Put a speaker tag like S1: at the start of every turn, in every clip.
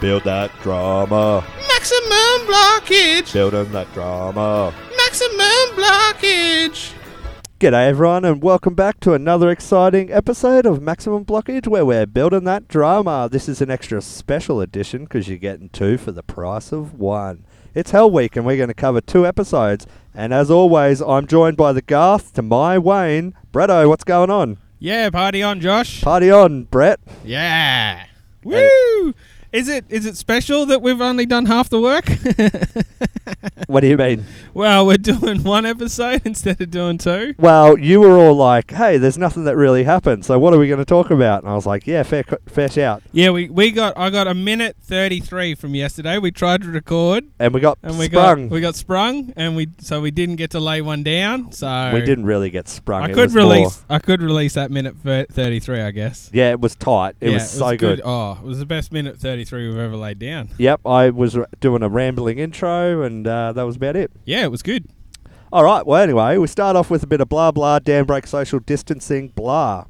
S1: Build that drama.
S2: Maximum blockage.
S1: Build on that drama.
S2: Maximum blockage.
S1: G'day, everyone, and welcome back to another exciting episode of Maximum Blockage where we're building that drama. This is an extra special edition because you're getting two for the price of one. It's Hell Week, and we're going to cover two episodes. And as always, I'm joined by the Garth to my Wayne. Bretto, what's going on?
S2: Yeah, party on, Josh.
S1: Party on, Brett.
S2: yeah. Woo! Is it is it special that we've only done half the work?
S1: What do you mean?
S2: well, we're doing one episode instead of doing two.
S1: Well, you were all like, hey, there's nothing that really happened, so what are we going to talk about? And I was like, yeah, fair, co- fair shout.
S2: Yeah, we, we got I got a minute thirty three from yesterday. We tried to record
S1: And we got
S2: and we
S1: sprung.
S2: got we got sprung and we so we didn't get to lay one down. So
S1: We didn't really get sprung.
S2: I
S1: It
S2: could
S1: was more-
S2: release I could release that minute thirty three. I guess.
S1: Yeah, it was tight. It
S2: Yeah,
S1: was so good.
S2: Oh, it was the best minute 33 we've ever laid down.
S1: Yep, I was r- doing a rambling intro, and uh, that was about it.
S2: Yeah, it was good.
S1: All right. Well, anyway, we start off with a bit of blah blah, dam break, social distancing, blah.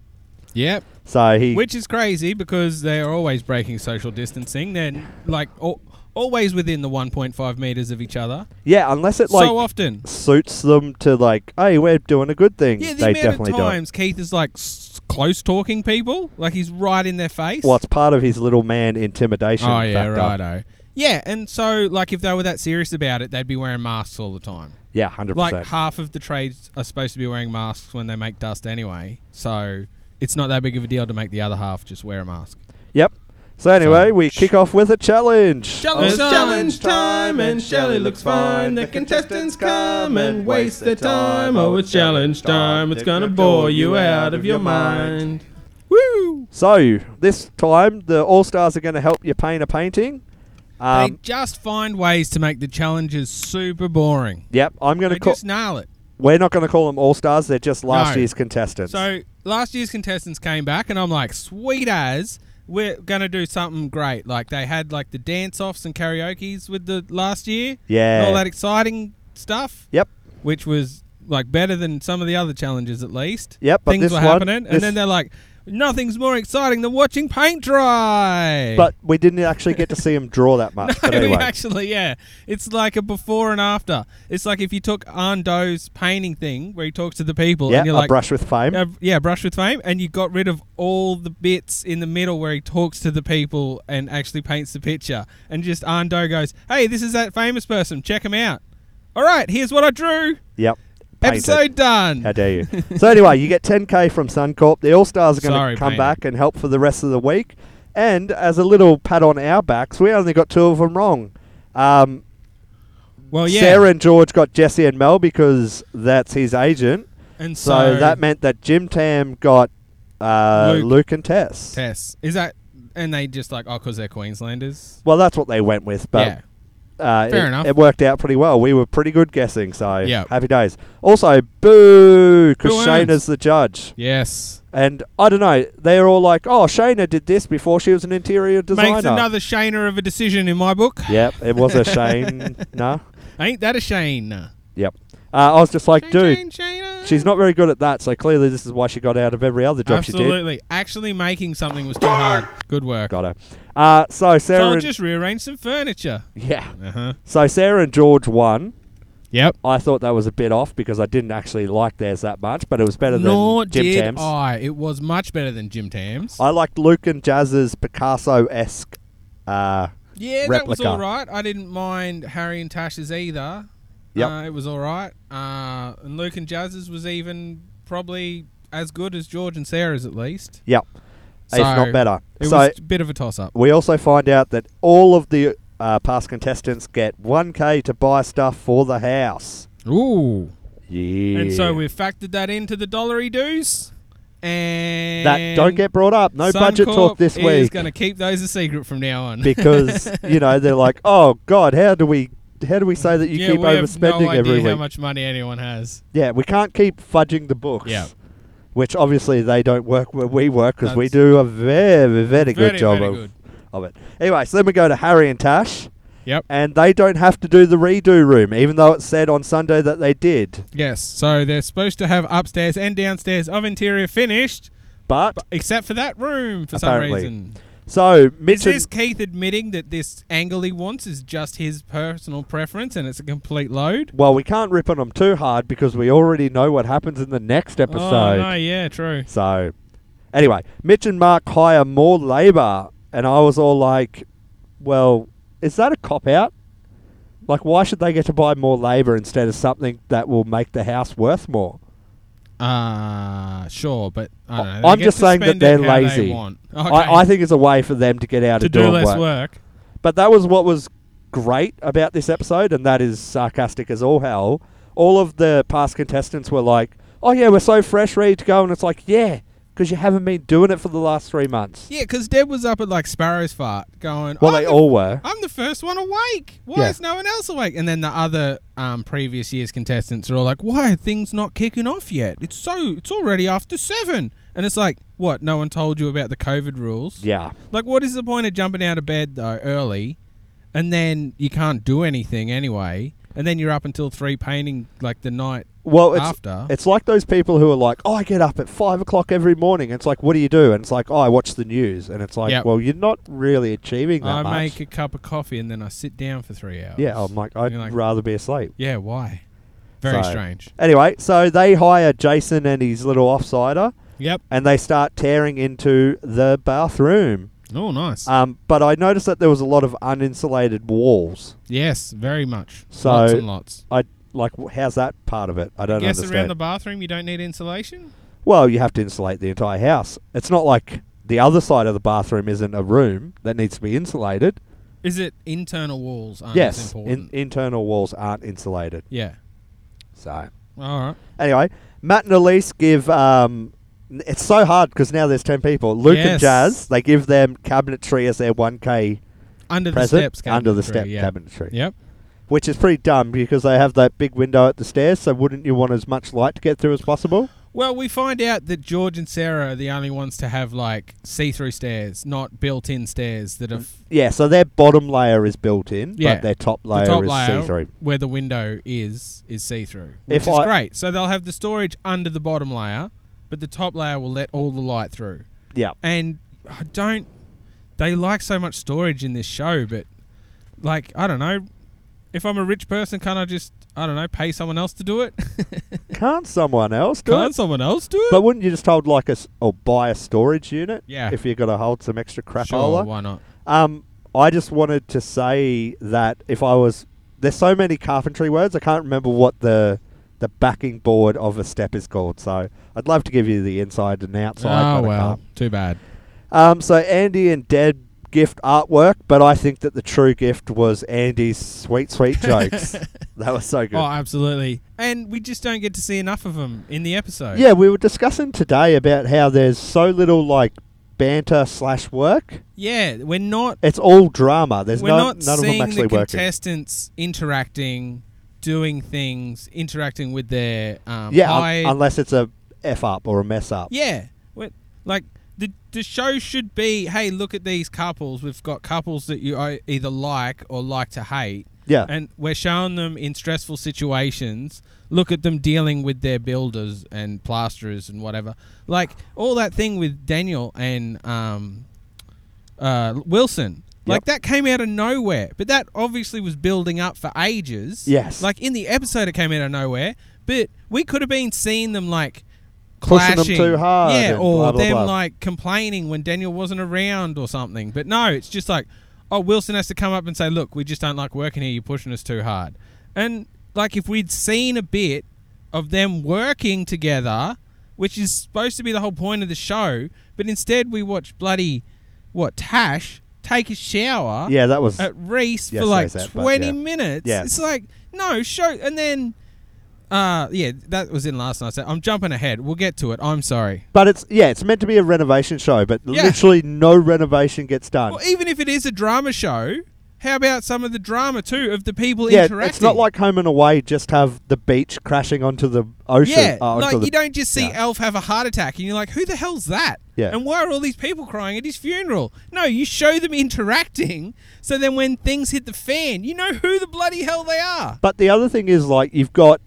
S2: Yep.
S1: So he,
S2: Which is crazy because they're always breaking social distancing. They're like al always within the 1.5 meters of each other.
S1: yeah, unless it like
S2: so often.
S1: suits them to like, hey, we're doing a good thing.
S2: Yeah, the
S1: they
S2: amount
S1: definitely
S2: of times Keith is like s- close talking people, like he's right in their face.
S1: do. it. Well, it's part of his little man intimidation.
S2: Oh yeah,
S1: factor.
S2: righto. Yeah, and so like if they were that serious about it, they'd be wearing masks all the time.
S1: Yeah, hundred
S2: Like
S1: percent.
S2: half of the trades are supposed to be wearing masks when they make dust anyway, so it's not that big of a deal to make the other half just wear a mask.
S1: Yep. So anyway, we
S2: sh-
S1: kick off with a challenge.
S2: Challenge
S1: Oh,
S2: time.
S3: Challenge time and Shelley looks fine. The contestants come and waste their time. Oh, it's challenge time. It's gonna bore you out of your mind.
S2: Woo!
S1: So this time, the all stars are going to help you paint a painting. Um,
S2: they just find ways to make the challenges super boring.
S1: Yep, I'm going
S2: They
S1: to call.
S2: just nail it.
S1: We're not going to call them all stars. They're just last
S2: No.
S1: year's contestants.
S2: So last year's contestants came back, and I'm like, sweet as we're gonna do something great. Like they had like the dance offs and karaoke's with the last year, and
S1: yeah.
S2: all that exciting stuff,
S1: yep.
S2: which was like better than some of the other challenges at least.
S1: Yep, but
S2: things
S1: this
S2: were
S1: one-
S2: happening,
S1: this-
S2: and then they're like, nothing's more exciting than watching paint dry.
S1: But we didn't actually get to see him draw that much. but
S2: No,
S1: anyway,
S2: actually, yeah. It's like a before and after. It's like if you took Arndo's painting thing where he talks to the people
S1: yeah,
S2: and
S1: a
S2: you're like,
S1: brush with fame.
S2: uh, yeah, brush with fame, and you got rid of all the bits in the middle where he talks to the people and actually paints the picture. And just Arndo goes, hey, this is that famous person. Check him out. All right, here's what I drew.
S1: Yep. Painted.
S2: Episode done.
S1: How dare you? so anyway, you get 10k from Suncorp. The All Stars are going
S2: Sorry,
S1: to come
S2: painted.
S1: back and help for the rest of the week. And as a little pat on our backs, we only got two of them wrong. Um,
S2: well, Oh, yeah.
S1: Sarah and George got Jesse and Mel because that's his agent.
S2: and
S1: So, that meant that Jim Tam got uh, Luke.
S2: Luke.
S1: and Tess.
S2: Tess. Is that. And they just like, oh, because they're Queenslanders?
S1: Well, that's what they went with, but
S2: yeah.
S1: uh,
S2: Fair
S1: it,
S2: enough.
S1: it worked out pretty well. We were pretty good guessing, so
S2: Yep.
S1: happy days. Also, boo, because
S2: Who wins?
S1: Shayna's the judge.
S2: Yes.
S1: And I don't know, they're all like, oh, Shayna did this before she was an interior designer.
S2: Makes another Shana of a decision in my book.
S1: Yep, it was a Shane. nah.
S2: Ain't that a Shane?
S1: Yep. Uh, I was just like,
S2: Shane,
S1: dude,
S2: Shane, Shana.
S1: she's not very good at that, so clearly this is why she got out of every other job she did.
S2: Absolutely. Actually, making something was too hard. Good work.
S1: Got her. Uh, so
S2: so
S1: Sarah,
S2: I'll
S1: and-
S2: just rearrange some furniture.
S1: yeah.
S2: Uh huh.
S1: So Sarah and George won.
S2: Yep.
S1: I thought that was a bit off because I didn't actually like theirs that much, but it was better
S2: Nor
S1: than Jim
S2: did
S1: Tam's.
S2: I. It was much better than Jim Tams.
S1: I liked Luke and Jazz's Picasso esque. Uh,
S2: yeah, that was
S1: Replica.
S2: all right. I didn't mind Harry and Tash's either.
S1: Yep.
S2: Uh, it was all right. Uh, and Luke and Jazz's was even probably as good as George and Sarah's at least.
S1: yep,
S2: So
S1: if not better.
S2: It
S1: So
S2: was a bit of a toss up.
S1: we also find out that all of the uh, past contestants get 1k to buy stuff for the house.
S2: Ooh.
S1: Yeah.
S2: And so we've factored that into the dollary dues. And
S1: that don't get brought up. No budget
S2: Suncorp
S1: talk this
S2: Is
S1: week
S2: going to keep those a secret from now on.
S1: because you know they're like, oh God, how do we? How do we say that you
S2: yeah,
S1: keep
S2: we have
S1: overspending
S2: no idea
S1: every week?
S2: how much money anyone has.
S1: Yeah, we can't keep fudging the books.
S2: Yeah.
S1: Which obviously they don't work where we work because we
S2: That's-
S1: do a very, very good
S2: Very,
S1: job
S2: very
S1: of,
S2: good.
S1: of it. Anyway, so then we go to Harry and Tash,
S2: Yep.
S1: and they don't have to do the redo room, even though it said on Sunday that they did.
S2: Yes. So they're supposed to have upstairs and downstairs of interior finished,
S1: But
S2: but except for that room for
S1: Apparently.
S2: some reason.
S1: So
S2: Is
S1: Mitch, and-
S2: this Keith admitting that this angle he wants is just his personal preference and it's a complete load?
S1: well, we can't rip on him too hard because we already know what happens in the next episode.
S2: Oh, no, yeah, true.
S1: So, anyway, Mitch and Mark hire more labour, and I was all like, "Well, is that a cop out? Like, why should they get to buy more labour instead of something that will make the house worth more?"
S2: Uh, sure, but I don't know.
S1: I-
S2: They
S1: I'm
S2: get
S1: just
S2: to
S1: saying that
S2: spend it
S1: they're
S2: how they
S1: lazy.
S2: want. Okay.
S1: I, I think it's a way for them to get out
S2: to
S1: of
S2: do
S1: doing
S2: less work.
S1: But that was what was great about this episode, and that is sarcastic as all hell. All of the past contestants were like, "Oh yeah, we're so fresh, ready to go," and it's like, "Yeah." Because you haven't been doing it for the last three months.
S2: Yeah, because Deb was up at like Sparrow's Fart going,
S1: Well,
S2: I'm,
S1: they
S2: the,
S1: all were.
S2: I'm the first one awake. Why
S1: Yeah.
S2: is no one else awake? And then the other um, previous year's contestants are all like, why are things not kicking off yet? It's so, it's already after seven. And it's like, what? No one told you about the COVID rules?
S1: Yeah.
S2: Like, what is the point of jumping out of bed though early, and then you can't do anything anyway, and then you're up until three painting like the night
S1: Well, it's
S2: after?
S1: It's like those people who are like, "Oh, I get up at five o'clock every morning." It's like, "What do you do?" And it's like, "Oh, I watch the news." And it's like,
S2: Yep.
S1: "Well, you're not really achieving that
S2: I
S1: much."
S2: make a cup of coffee and then I sit down for three hours.
S1: yeah, I'm like, I'd
S2: You're like-
S1: rather be asleep.
S2: Yeah, why? Very
S1: So-
S2: strange.
S1: Anyway, so they hire Jason and his little offsider,
S2: Yep.
S1: and they start tearing into the bathroom.
S2: Oh, nice.
S1: Um, but I noticed that there was a lot of uninsulated walls.
S2: yes, very much.
S1: So-
S2: lots and lots.
S1: I like, wh- how's that part of it? I don't
S2: Guess around
S1: understand.
S2: the bathroom, you don't need insulation.
S1: well, you have to insulate the entire house. It's not like the other side of the bathroom isn't a room that needs to be insulated.
S2: Is it internal walls? Aren't as
S1: yes, in,
S2: Oh, important?
S1: internal walls aren't insulated.
S2: yeah.
S1: So
S2: All right.
S1: anyway, Matt and Elise give. Um, n- it's so hard because now there's ten people. Luke and
S2: Yes.
S1: Jazz they give them cabinetry as their one k
S2: Under the
S1: present
S2: steps.
S1: under the
S2: cabinetry,
S1: step
S2: yeah.
S1: cabinetry,
S2: Yep.
S1: which is pretty dumb because they have that big window at the stairs. So wouldn't you want as much light to get through as possible?
S2: Well, we find out that George and Sarah are the only ones to have like see-through stairs, not built-in stairs that have
S1: Yeah, so their bottom layer is built in,
S2: Yeah.
S1: but their top layer
S2: the top
S1: is
S2: layer
S1: see-through.
S2: where the window is is see-through, which
S1: If
S2: is
S1: I-
S2: great. So they'll have the storage under the bottom layer, but the top layer will let all the light through.
S1: Yeah,
S2: And I don't they like so much storage in this show, but like I don't know, if I'm a rich person, can I just I don't know pay someone else to do it?
S1: can't someone else do
S2: can
S1: it?
S2: someone else do it?
S1: But wouldn't you just hold like a s- or buy a storage unit?
S2: Yeah.
S1: if you're gonna hold some extra crapola.
S2: sure, why not?
S1: Um, I just wanted to say that if I was there's so many carpentry words, I can't remember what the the backing board of a step is called. So I'd love to give you the inside and outside.
S2: oh
S1: but I
S2: well,
S1: can't.
S2: too bad.
S1: Um, so Andy and Deb gift artwork, but I think that the true gift was Andy's sweet, sweet jokes. that was so good.
S2: Oh, absolutely. And we just don't get to see enough of them in the episode.
S1: yeah, we were discussing today about how there's so little like banter slash work.
S2: Yeah, we're not
S1: It's all drama. There's
S2: we're
S1: no,
S2: not
S1: none of
S2: seeing
S1: them actually
S2: the
S1: working.
S2: contestants interacting, doing things, interacting with their um,
S1: Yeah, un-
S2: eye.
S1: unless it's a f up or a mess up.
S2: yeah. We're- like the the show should be, hey, look at these couples. We've got couples that you ei- either like or like to hate.
S1: Yeah.
S2: And we're showing them in stressful situations. Look at them dealing with their builders and plasterers and whatever. Like all that thing with Daniel and um, uh, Wilson. Like that came out of nowhere, but that obviously was building up for ages.
S1: Yes.
S2: Like in the episode, it came out of nowhere, but we could have been seeing them like
S1: Pushing them
S2: clashing.
S1: too hard
S2: yeah,
S1: and
S2: or
S1: blah, blah,
S2: them
S1: blah.
S2: like complaining when Daniel wasn't around or something. But no, it's just like, oh, Wilson has to come up and say, look, we just don't like working here. You're pushing us too hard. And like, if we'd seen a bit of them working together, which is supposed to be the whole point of the show, but instead we watch bloody what Tash take a shower
S1: Yeah, that was.
S2: at Reese
S1: Yes,
S2: for like
S1: there's that, but
S2: twenty
S1: yeah.
S2: minutes.
S1: Yeah.
S2: It's like no show, and then uh yeah, that was in last night's. I'm jumping ahead. We'll get to it. I'm sorry.
S1: but it's yeah, it's meant to be a renovation show, but
S2: Yeah.
S1: literally no renovation gets done.
S2: Well, even if it is a drama show, how about some of the drama too of the people
S1: yeah,
S2: interacting?
S1: it's not like Home and Away. Just have the beach crashing onto the ocean.
S2: yeah,
S1: uh, onto
S2: like
S1: the-
S2: you don't just see
S1: yeah.
S2: Elf have a heart attack, and you're like, "Who the hell's that?"
S1: Yeah.
S2: And why are all these people crying at his funeral? No, you show them interacting, so then when things hit the fan, you know who the bloody hell they are.
S1: But the other thing is like you've got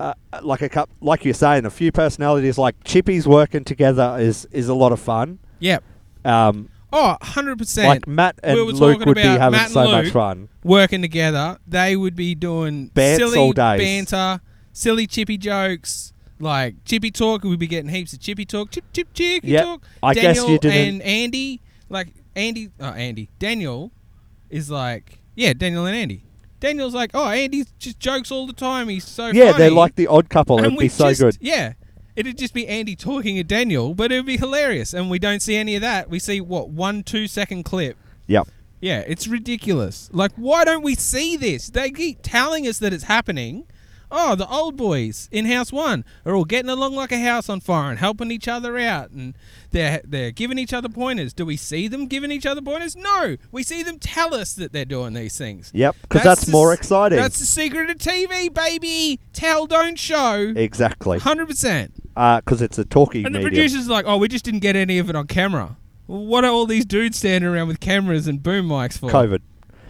S1: uh, like a cup, like you're saying, a few personalities like Chippy's working together is is a lot of fun.
S2: Yep.
S1: Um,
S2: Oh, 100%.
S1: Like Matt and
S2: we were
S1: Luke
S2: talking
S1: would be
S2: about
S1: having
S2: Matt and
S1: so much
S2: Luke.
S1: fun.
S2: working together, they would be doing
S1: Bants
S2: silly
S1: all days.
S2: banter, silly chippy jokes, like chippy talk. We'd be getting heaps of chippy talk, chip chip chippy
S1: Yep.
S2: talk.
S1: I guess
S2: Daniel
S1: you didn't-
S2: And Andy, like Andy, oh Andy, Daniel is like, yeah, Daniel and Andy. Daniel's like, oh, Andy just jokes all the time. He's so
S1: Yeah,
S2: funny.
S1: they're like the odd couple.
S2: And
S1: It'd
S2: we
S1: be so
S2: just-
S1: good.
S2: Yeah. It'd just be Andy talking at Daniel, but it'd be hilarious. And we don't see any of that. We see, what, one two second clip
S1: Yep.
S2: yeah, it's ridiculous. Like, why don't we see this? They keep telling us that it's happening. Oh, the old boys in house one are all getting along like a house on fire and helping each other out, and they're they're giving each other pointers. Do we see them giving each other pointers? No, we see them tell us that they're doing these things.
S1: Yep. Because that's,
S2: the
S1: more
S2: s-
S1: exciting.
S2: That's the secret of TV, baby. Tell, don't show.
S1: exactly.
S2: Hundred percent.
S1: Because it's a talking
S2: And the
S1: medium.
S2: producers are like, oh, we just didn't get any of it on camera. Well, what are all these dudes standing around with cameras and boom mics for?
S1: COVID.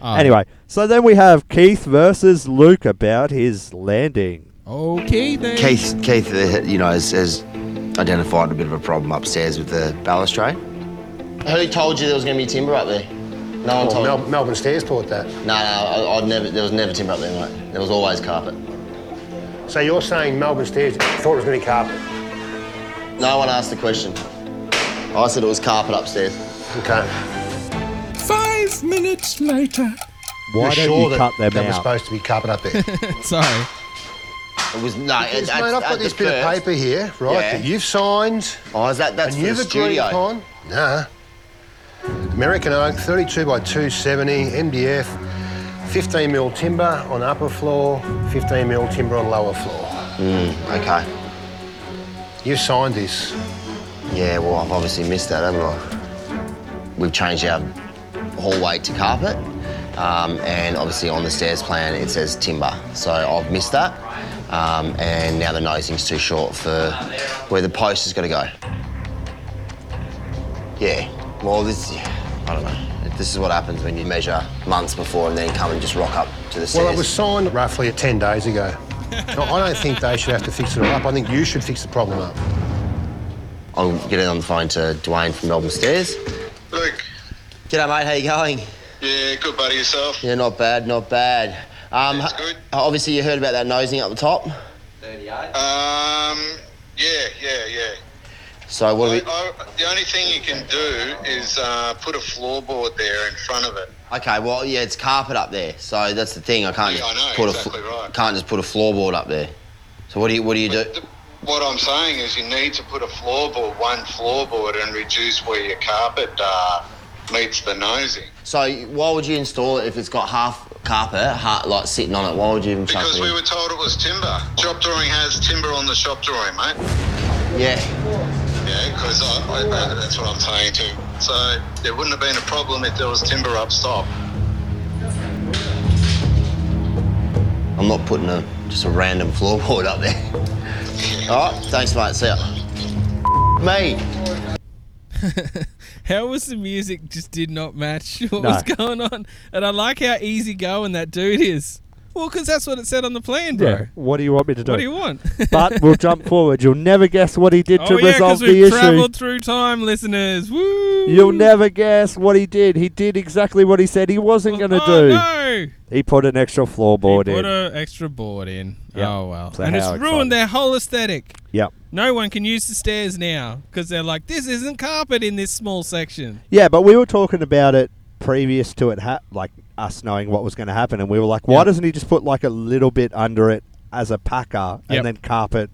S2: Oh.
S1: Anyway, so then we have Keith versus Luke about his landing.
S2: Okay then.
S4: Keith, Keith, uh, you know, has, has identified a bit of a problem upstairs with the balustrade.
S5: Who told you there was going to be timber up there? No one
S6: Well,
S5: told
S6: Mel- Melbourne Stairs taught that.
S5: No, no, I, I'd never. There was never timber up there, mate. There was always carpet.
S6: So you're saying Melbourne Stairs thought it was going to be carpet?
S5: No one asked the question. I said it was carpet upstairs.
S6: Okay.
S7: Five minutes later.
S1: Why
S6: you're
S1: don't
S6: sure
S1: you
S6: that
S1: cut them
S6: that
S1: out?
S6: was supposed to be carpet up there?
S2: Sorry.
S5: It was no. It,
S6: Yes,
S5: at-
S6: mate, I've
S5: at
S6: got
S5: the
S6: this bit of
S5: first-
S6: paper here, right?
S5: Yeah.
S6: That you've signed
S5: Oh, is that that's
S6: and
S5: for
S6: you've
S5: the
S6: agreed
S5: studio?
S6: upon. Nah. American oak, 32 by 270, MDF, 15 mil timber on upper floor, 15 mil timber on lower floor.
S5: Okay.
S6: You signed this.
S5: Yeah. Well, I've obviously missed that, haven't I? We've changed our hallway to carpet, um, and obviously on the stairs plan it says timber. So I've missed that, um, and now the nosing's too short for where the post is going to go. Yeah. Well, this. I don't know. This is what happens when you measure months before and then come and just rock up to the stairs.
S6: Well, it was signed roughly 10 days ago. No, I don't think they should have to fix it all up. I think you should fix the problem up.
S5: I'll get in on the phone to Dwayne from Melbourne Stairs.
S8: Luke,
S5: G'day, mate. How you going?
S8: yeah, good buddy yourself.
S5: Yeah, not bad, not bad. Um,
S8: That's good.
S5: Obviously, you heard about that nosing up the top.
S8: Um, yeah, yeah, yeah.
S5: So what
S8: I,
S5: do
S8: I, the only thing you can do is uh, put a floorboard there in front of it.
S5: we? Okay, well, yeah, it's carpet up there, so that's the thing. I can't
S8: Yeah,
S5: just
S8: I know,
S5: put
S8: exactly
S5: a fl-
S8: right.
S5: can't just put a floorboard up there. So what do you what do you do?
S8: But th- what I'm saying is you need to put a floorboard, one floorboard, and reduce where your carpet uh, meets the nosing.
S5: So why would you install it if it's got half carpet, half, like sitting on it? Why would you even chuck
S8: Because
S5: it?
S8: we
S5: in?
S8: were told it was timber. Shop drawing has timber on the shop drawing, mate.
S5: Yeah,
S8: Yeah, because I, I, uh, that's what I'm saying too. So there wouldn't have been a problem if there was timber up top.
S5: I'm not putting a just a random floorboard up there. All right, thanks, mate. See ya. Me.
S2: How was the music just did not match what
S1: No.
S2: was going on? And I like how easy going that dude is. Well, because that's what it said on the plan, bro.
S1: What do you want me to do?
S2: What do you want?
S1: but we'll jump forward. You'll never guess what he did to
S2: oh, yeah,
S1: resolve
S2: because
S1: the
S2: we've
S1: issue.
S2: travelled through time, listeners. Woo!
S1: You'll never guess what he did. He did exactly what he said he wasn't going to
S2: oh,
S1: do.
S2: no!
S1: He put an extra floorboard
S2: Put
S1: in.
S2: an extra board in.
S1: Yep.
S2: Oh, well.
S1: So
S2: and it's
S1: how exciting.
S2: ruined their whole aesthetic.
S1: yep.
S2: No one can use the stairs now because they're like, this isn't carpet in this small section.
S1: Yeah, but we were talking about it previous to it, ha- like us knowing what was going to happen, and we were like, why doesn't he just put like a little bit under it as a packer
S2: Yep.
S1: and then carpet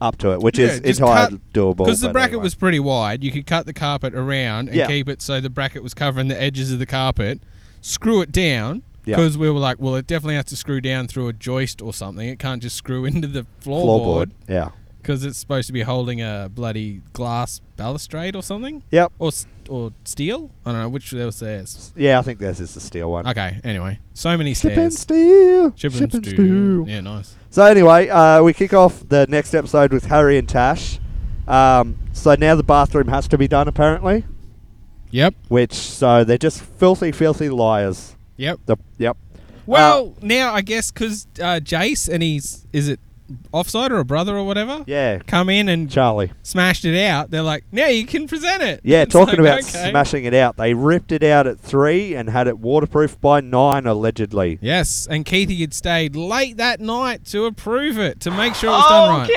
S1: up to it, which is
S2: Yeah, just
S1: entirely
S2: cut-
S1: doable.
S2: Because the
S1: but
S2: bracket
S1: anyway.
S2: was pretty wide, you could cut the carpet around and
S1: Yeah.
S2: keep it so the bracket was covering the edges of the carpet. Screw it down
S1: Yeah.
S2: because we were like, well, it definitely has to screw down through a joist or something. It can't just screw into the
S1: floorboard.
S2: floorboard
S1: Yeah.
S2: because it's supposed to be holding a bloody glass balustrade or something
S1: Yep.
S2: or s- or steel. I don't know which there was theirs.
S1: Yeah, I think this is the steel one.
S2: Okay, anyway, so many
S1: Chip and
S2: stairs.
S1: steel.
S2: Chip and
S1: Chip and
S2: stew.
S1: steel.
S2: Yeah, nice.
S1: So anyway, uh, we kick off the next episode with Harry and Tash. Um, so now the bathroom has to be done apparently,
S2: Yep,
S1: which so they're just filthy, filthy liars.
S2: yep.
S1: The, yep. Uh,
S2: uh, Well, now I guess because uh, Jace and he's is it offside or a brother or whatever
S1: Yeah.
S2: come in and
S1: Charlie.
S2: smashed it out, they're like, now you can present it.
S1: Yeah,
S2: It's
S1: talking about
S2: like, okay.
S1: smashing it out. They ripped it out at three and had it waterproof by nine, allegedly.
S2: Yes, and Keithy had stayed late that night to approve it to make sure it was done right.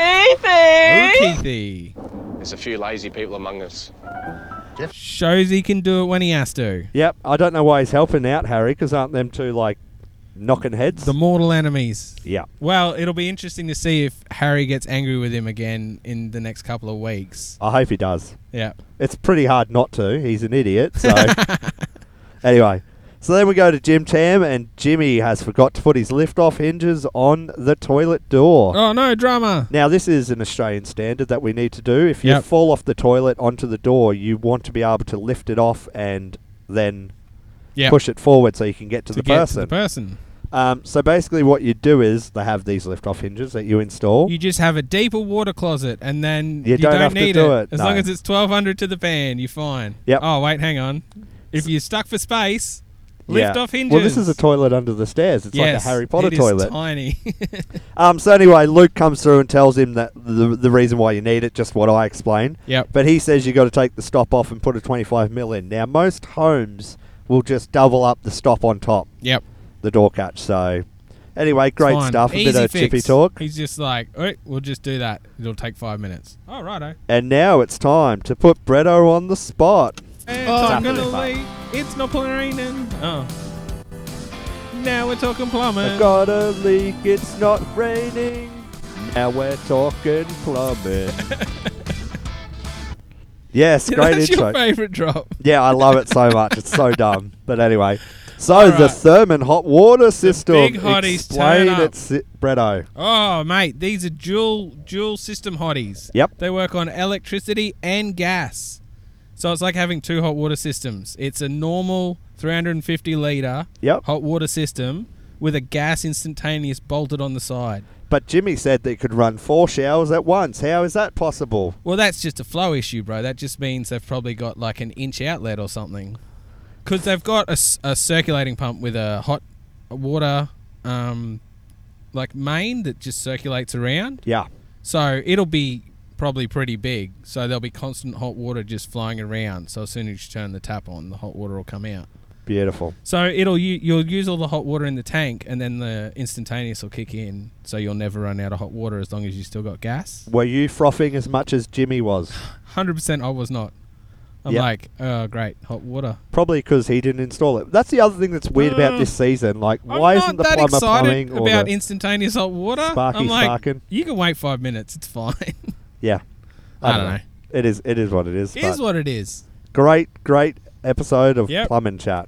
S2: Oh, Keithy
S9: There's a few lazy people among us.
S2: shows he can do it when he has to.
S1: Yep. I don't know why he's helping out Harry because aren't them two like knocking heads?
S2: The mortal enemies.
S1: yeah.
S2: Well, it'll be interesting to see if Harry gets angry with him again in the next couple of weeks.
S1: I hope he does.
S2: Yeah.
S1: It's pretty hard not to. He's an idiot. So anyway, so then we go to Jim Tam, and Jimmy has forgot to put his lift-off hinges on the toilet door.
S2: Oh no, drama.
S1: Now this is an Australian standard that we need to do. If you
S2: Yep.
S1: fall off the toilet onto the door, you want to be able to lift it off and then
S2: Yeah.
S1: push it forward so you can get to,
S2: to
S1: the,
S2: get
S1: person.
S2: to the person.
S1: um, so basically, what you do is they have these lift-off hinges that you install.
S2: You just have a deeper water closet, and then
S1: You don't have to
S2: need
S1: do
S2: it.
S1: it,
S2: As
S1: no.
S2: long as it's twelve hundred to the pan, you're fine.
S1: Yep.
S2: Oh wait, hang on. If you're stuck for space,
S1: Yeah.
S2: lift off hinges.
S1: Well, this is a toilet under the stairs. It's like a Harry Potter
S2: it is
S1: toilet.
S2: tiny.
S1: Um, so anyway, Luke comes through and tells him that the, the reason why you need it, just what I explained.
S2: Yep.
S1: But he says you got to take the stop off and put a 25 mil in. Now most homes will just double up the stop on top,
S2: yep.
S1: the door catch. So anyway, great
S2: fine.
S1: stuff. A
S2: Easy
S1: bit of
S2: fix.
S1: chippy talk.
S2: He's just like, all right, we'll just do that. It'll take five minutes. Oh righto.
S1: And now it's time to put Bretto on the spot.
S2: And oh, I'm gonna
S1: Exactly.
S2: leave. It's not raining. Oh. Now we're talking
S1: I
S2: plumbing.
S1: got a leak. It's not raining. Now we're talking plumbing. yes, great
S2: That's
S1: intro.
S2: your favorite drop.
S1: Yeah, I love it so much. It's so dumb. But anyway, so the
S2: right.
S1: Thurman hot water system.
S2: big hotties
S1: Explain
S2: turn up.
S1: it, si- Bretto.
S2: Oh, mate, these are dual dual system hotties.
S1: Yep.
S2: They work on electricity and gas. So it's like having two hot water systems. It's a normal 350 liter
S1: Yep.
S2: hot water system with a gas instantaneous bolted on the side.
S1: But Jimmy said that it could run four showers at once. How is that possible?
S2: Well, that's just a flow issue, bro. That just means they've probably got like an inch outlet or something. Because they've got a, s- a circulating pump with a hot water um, like main that just circulates around.
S1: Yeah.
S2: So it'll be probably pretty big. So there'll be constant hot water just flowing around. So as soon as you turn the tap on, the hot water will come out.
S1: Beautiful.
S2: So it'll u- you'll use all the hot water in the tank, and then the instantaneous will kick in. So you'll never run out of hot water as long as you still got gas.
S1: Were you frothing as much as Jimmy was?
S2: Hundred percent, I was not. I'm
S1: Yep.
S2: like, oh great, hot water.
S1: Probably because he didn't install it. That's the other thing that's weird about this season. Like,
S2: Uh, I'm
S1: why
S2: not
S1: isn't the
S2: that
S1: plumber
S2: excited
S1: plumbing or
S2: about
S1: the-
S2: instantaneous hot water.
S1: Sparky
S2: I'm like,
S1: sparking.
S2: you can wait five minutes. It's fine.
S1: yeah?
S2: I don't know.
S1: It is. It is what it is.
S2: it is
S1: but
S2: what it is.
S1: great, great episode of
S2: Yep.
S1: plumbing chat.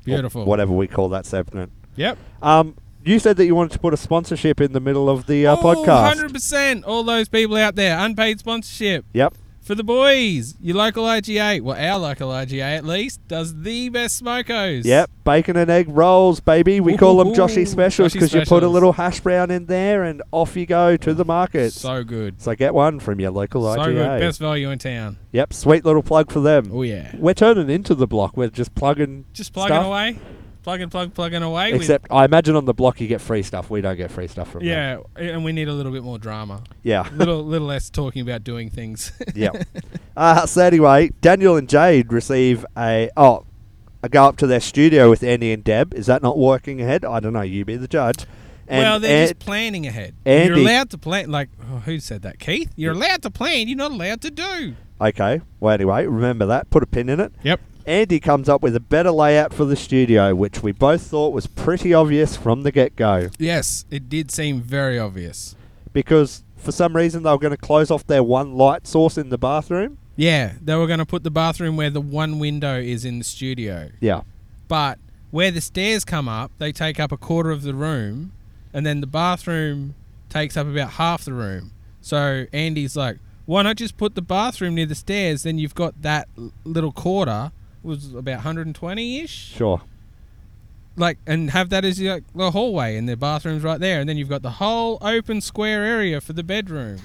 S1: or
S2: Beautiful.
S1: Whatever we call that segment.
S2: Yep.
S1: Um, you said that you wanted to put a sponsorship in the middle of the
S2: Oh,
S1: uh, podcast.
S2: 100%. All those people out there, unpaid sponsorship.
S1: Yep.
S2: For the boys, your local IGA, well, our local IGA at least, does the best smokos.
S1: Yep. Bacon and egg rolls, baby. We
S2: Ooh,
S1: call them
S2: ooh,
S1: Joshy
S2: ooh.
S1: specials
S2: Joshy
S1: because you put a
S2: specials.
S1: little hash brown in there and off you go to the market. So,
S2: So good.
S1: get one from your local
S2: So
S1: IGA.
S2: good. Best value in town.
S1: Yep. Sweet little plug for them.
S2: Oh, yeah.
S1: We're turning into the block. We're just plugging.
S2: Just plugging
S1: stuff.
S2: away. Plugging, plug, plugging away.
S1: Except I imagine on the block you get free stuff. We don't get free stuff from
S2: with, yeah, and we need a little bit more drama.
S1: them. Yeah.
S2: little little less talking about doing things.
S1: yeah. Uh, so anyway, Daniel and Jade receive a oh, I go up to their studio with Andy and Deb. Is that not working ahead? I don't know. You be the judge. And
S2: well, they're
S1: An-
S2: just planning ahead. You're
S1: Andy-
S2: allowed to plan. Like, oh, who said that? Keith? You're allowed to plan. You're not allowed to do.
S1: okay. Well, anyway, remember that. Put a pin in it.
S2: Yep.
S1: Andy comes up with a better layout for the studio, which we both thought was pretty obvious from the get go.
S2: Yes, it did seem very obvious.
S1: Because for some reason they were going to close off their one light source in the bathroom.
S2: Yeah, they were going to put the bathroom where the one window is in the studio.
S1: Yeah.
S2: But where the stairs come up, they take up a quarter of the room, and then the bathroom takes up about half the room. So Andy's like, why not just put the bathroom near the stairs? Then you've got that l- little quarter, was about 120 ish.
S1: Sure.
S2: like and have that as your, the hallway and the bathrooms right there and then you've got the whole open square area for the bedroom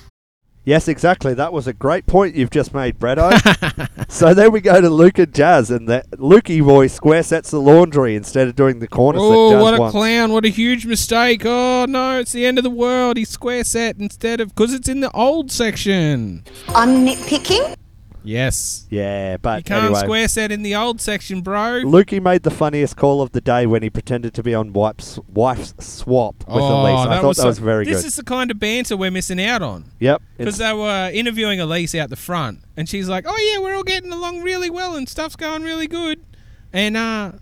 S1: Yes, exactly. That was a great point you've just made, Bretto. so then we go to Luke and Jazz, and the Lukey boy square sets the laundry instead of doing the corners that
S2: Oh,
S1: Jazz
S2: what a
S1: wants.
S2: clown! What a huge mistake! Oh no, it's the end of the world. He square set instead of because it's in the old section.
S10: I'm nitpicking.
S2: Yes,
S1: Yeah, but
S2: you can't
S1: anyway,
S2: square set in the old section, bro.
S1: Lukey made the funniest call of the day when he pretended to be on wife's, wife's swap with Elise. I thought Oh, that
S2: Oh, so-
S1: was very
S2: this
S1: good.
S2: is the kind of banter we're missing out on.
S1: yep.
S2: Because they were interviewing Elise out the front, and she's like, "Oh yeah, we're all getting along really well, and stuff's going really good, and uh,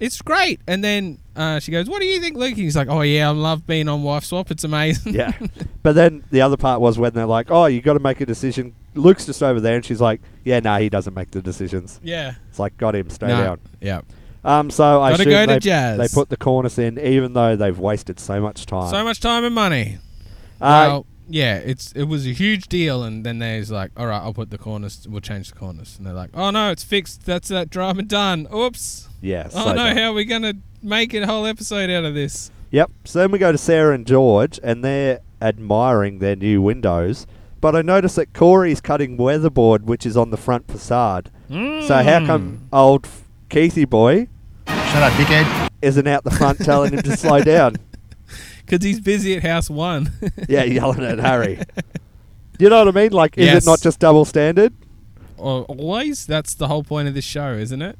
S2: it's great." And then uh, she goes, "What do you think, Luke?" And he's like, "Oh yeah, I love being on wife swap. It's amazing."
S1: yeah. But then the other part was when they're like, "Oh, you got to make a decision." Luke's just over there, and she's like, "Yeah, no, he doesn't make the decisions."
S2: yeah.
S1: It's like, "Got him, stay
S2: No.
S1: down."
S2: Yeah.
S1: Um, so I
S2: Gotta
S1: assume
S2: go to
S1: they,
S2: Jazz.
S1: they put the cornice in, even though they've wasted so much time.
S2: So much time and money.
S1: uh,
S2: well, yeah, it's it was a huge deal, and then there's like, all right, I'll put the corners. We'll change the corners, and they're like, oh no, it's fixed. That's that drama done. Oops.
S1: yeah.
S2: Oh
S1: so
S2: no,
S1: dumb.
S2: how are we gonna make a whole episode out of this?
S1: Yep. So then we go to Sarah and George, and they're admiring their new windows. But I notice that Corey's cutting weatherboard, which is on the front facade. So
S2: Hmm.
S1: how come old f- Keithy boy
S6: Shut up, dickhead.
S1: isn't out the front telling him to slow down?
S2: Because he's busy at house one.
S1: Yeah, yelling at Harry. You know what I mean? Like, is
S2: Yes.
S1: it not just double standard?
S2: Or always. That's the whole point of this show, isn't it?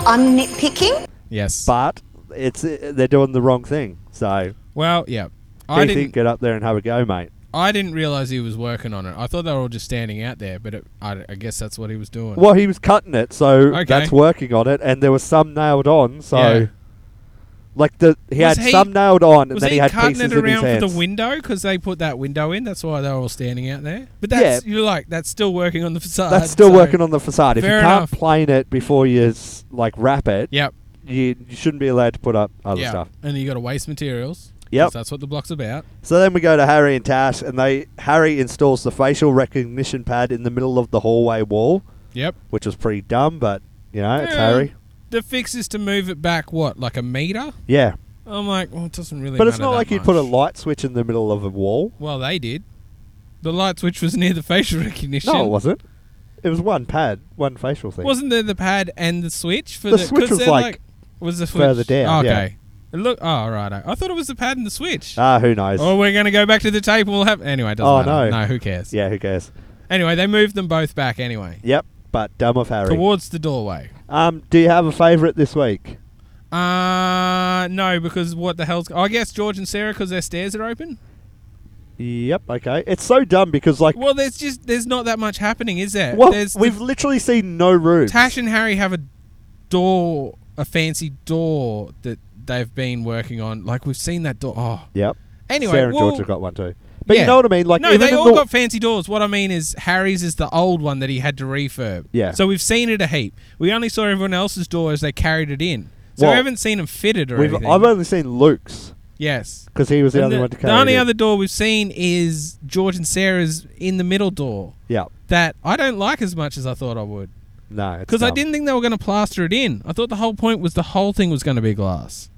S10: I'm nitpicking.
S2: Yes.
S1: But it's uh, they're doing the wrong thing. So
S2: well, yeah. I
S1: Keithy,
S2: didn't.
S1: get up there and have a go, mate.
S2: I didn't realize he was working on it. I thought they were all just standing out there, but it, I, I guess that's what he was doing.
S1: Well, he was cutting it, so
S2: Okay.
S1: that's working on it, and there was some nailed on. So,
S2: Yeah.
S1: like the he
S2: Was
S1: had
S2: he-
S1: some nailed on, and
S2: was
S1: then
S2: he,
S1: he, had
S2: cutting
S1: pieces
S2: it
S1: in his
S2: around
S1: hands.
S2: for the window because they put that window in? That's why they were all standing out there. But that's you're like that's still working on the facade.
S1: that's still working on the facade. If you
S2: Uh, Fair
S1: can't
S2: enough.
S1: plane it before you s- like wrap it,
S2: Yep.
S1: you, you shouldn't be allowed to put up other
S2: yeah.
S1: stuff.
S2: And you got to waste materials. 'cause
S1: Yep.
S2: That's what the block's about.
S1: So then we go to Harry and Tash, and they Harry installs the facial recognition pad in the middle of the hallway wall,
S2: Yep.
S1: which was pretty dumb, but you know it's
S2: Yeah.
S1: Harry.
S2: The fix is to move it back what like a meter.
S1: Yeah,
S2: I'm like, well, it doesn't really.
S1: but it's
S2: matter
S1: not
S2: that
S1: like you'd put a
S2: much.
S1: light switch in the middle of a wall.
S2: Well, they did. The light switch was near the facial recognition.
S1: No, it wasn't. It was one pad, one facial thing.
S2: Wasn't there the pad and the switch for
S1: The
S2: the,
S1: switch
S2: 'cause
S1: was
S2: they're
S1: like
S2: was the switch
S1: further down, yeah.
S2: Okay. It Look, oh right, I thought it was the pad and the switch.
S1: Ah, who knows?
S2: Oh, we're going to go back to the tape and we'll have. Anyway, it doesn't
S1: Oh,
S2: matter.
S1: no.
S2: No. who cares?
S1: Yeah, who cares?
S2: Anyway, they moved them both back anyway.
S1: Yep, but dumb of Harry.
S2: Towards the doorway.
S1: Um, do you have a favourite this week?
S2: Uh, no, because what the hell's. I guess George and Sarah because their stairs are open.
S1: Yep. Okay. It's so dumb because like,
S2: Well, there's just. There's not that much happening, is there?
S1: what
S2: There's the-
S1: we've literally seen no room.
S2: Tash and Harry have a door. A fancy door that they've been working on. Like, we've seen that door. Oh.
S1: Yep.
S2: Anyway,
S1: Sarah and
S2: well,
S1: George have got one too. But
S2: Yeah.
S1: you know what I mean? Like,
S2: no,
S1: even
S2: they
S1: in
S2: all
S1: the-
S2: got fancy doors. What I mean is Harry's is the old one that he had to refurb.
S1: Yeah.
S2: So we've seen it a heap. We only saw everyone else's door as they carried it in. So
S1: Well,
S2: we haven't seen them fitted or
S1: we've,
S2: anything.
S1: I've only seen Luke's
S2: yes.
S1: because he was the
S2: And
S1: only
S2: the,
S1: one to
S2: the
S1: carry.
S2: only
S1: it in.
S2: other door we've seen is George and Sarah's in the middle door
S1: Yeah.
S2: that I don't like as much as I thought I would
S1: No. it's
S2: because I
S1: dumb.
S2: didn't think they were going to plaster it in. I thought the whole point was the whole thing was going to be glass.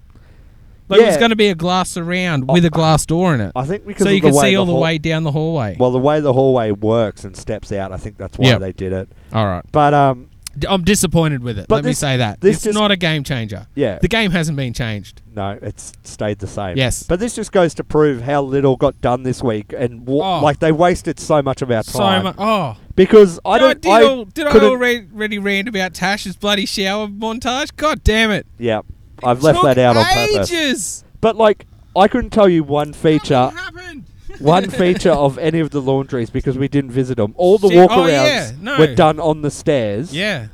S2: Like it was
S1: Yeah.
S2: going to be a glass surround with a glass door in it,
S1: I think because
S2: so
S1: of
S2: you
S1: the
S2: could
S1: way
S2: see all the
S1: hall-
S2: way down the hallway.
S1: Well, the way the hallway works and steps out, I think that's why
S2: Yep.
S1: they did it.
S2: all right.
S1: But um,
S2: D- I'm disappointed with it.
S1: But
S2: Let me
S1: this-
S2: say that.
S1: this
S2: It's
S1: just-
S2: not a game changer.
S1: yeah.
S2: The game hasn't been changed.
S1: No, it's stayed the same.
S2: Yes.
S1: But this just goes to prove how little got done this week, and wha-
S2: Oh.
S1: like they wasted so much of our
S2: So
S1: time.
S2: much. Oh,
S1: Because I
S2: No,
S1: don't.
S2: Did
S1: I
S2: I, did I
S1: couldn't-
S2: already, already rant about Tash's bloody shower montage? God damn it!
S1: Yeah, I've left
S2: Took
S1: that out on purpose.
S2: ages.
S1: But like, I couldn't tell you one feature,
S2: What happened?
S1: one feature of any of the laundries because we didn't visit them. All the
S2: Shit, oh,
S1: walkarounds
S2: yeah, no.
S1: were done on the stairs.
S2: Yeah,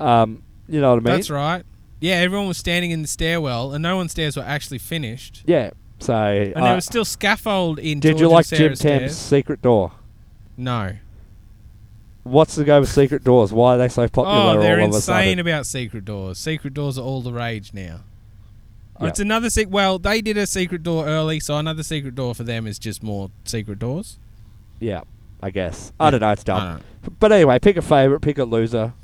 S1: Um, you know what I mean?
S2: that's right. Yeah, everyone was standing in the stairwell, and no one's stairs were actually finished.
S1: Yeah. So,
S2: And
S1: I-
S2: there was still scaffold in.
S1: did
S2: George
S1: you
S2: and
S1: like Jim
S2: Sarah's
S1: Tam's
S2: stairs.
S1: secret door?
S2: No.
S1: What's the go with secret doors? Why are they so popular
S2: Oh, they're
S1: all of a
S2: insane
S1: sudden?
S2: about secret doors. Secret doors are all the rage now. Oh,
S1: Yeah.
S2: It's another sec. Well, they did a secret door early, so another secret door for them is just more secret doors.
S1: Yeah, I guess. I don't know. It's
S2: I
S1: dumb. But anyway, pick a favorite, pick a loser.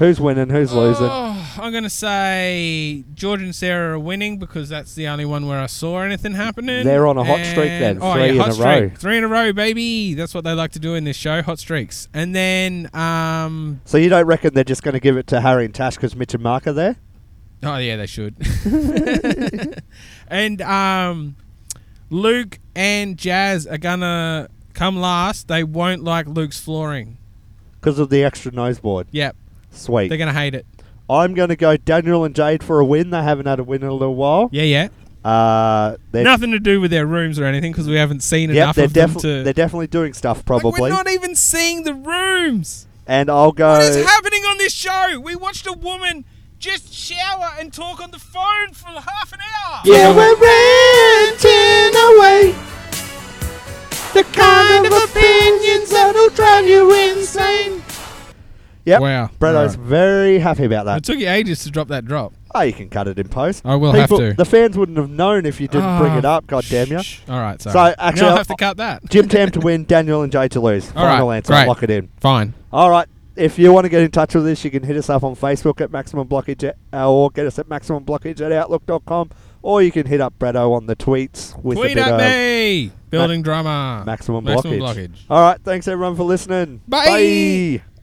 S1: Who's winning? Who's losing?
S2: Oh, I'm going to say George and Sarah are winning because that's the only one where I saw anything happening.
S1: They're on a hot streak then,
S2: And- oh,
S1: three
S2: yeah,
S1: in
S2: hot
S1: a
S2: streak.
S1: row.
S2: Three in a row, baby. That's what they like to do in this show, hot streaks. And then, um,
S1: So you don't reckon they're just going to give it to Harry and Tash because Mitch and Mark are there?
S2: oh yeah, they should. and um, Luke and Jazz are going to come last. They won't like Luke's flooring.
S1: Because of the extra noseboard.
S2: Yep,
S1: Sweet.
S2: they're going to hate it.
S1: I'm going to go Daniel and Jade for a win. They haven't had a win in a little while.
S2: Yeah, yeah.
S1: Uh, they're,
S2: Nothing to do with their rooms or anything because we haven't seen
S1: Yep,
S2: enough
S1: they're,
S2: of them
S1: defi-
S2: to.
S1: they're definitely doing stuff
S2: Like,
S1: probably.
S2: we're not even seeing the rooms.
S1: and I'll go.
S2: What is happening on this show? We watched a woman just shower and talk on the phone for half an hour.
S1: Yeah, we're renting away the kind of opinions that'll drive you insane. Yep.
S2: Wow.
S1: Bretto's very happy about
S2: It
S1: that.
S2: took you ages to drop that drop.
S1: Oh, you can cut it in post.
S2: I will have
S1: People-
S2: to. Ah,
S1: The fans wouldn't have known if you didn't bring it up. God Oh, damn you.
S2: All right, sorry.
S1: So, actually,
S2: now I
S1: I'll-
S2: have to cut that.
S1: Jim Tam to win, Daniel and Jay to lose.
S2: All right,
S1: Final answer.
S2: great.
S1: Lock it in.
S2: Fine.
S1: All right. If you want to get in touch with us, you can hit us up on Facebook at Maximum Blockage uh, or get us at MaximumBlockage at Outlook.com or you can hit up Bretto on the tweets with a
S2: Tweet
S1: bit
S2: at
S1: of
S2: me. Building drama.
S1: Maximum,
S2: Maximum
S1: blockage.
S2: blockage.
S1: All right. Thanks, everyone, for listening.
S2: Bye.
S1: Bye.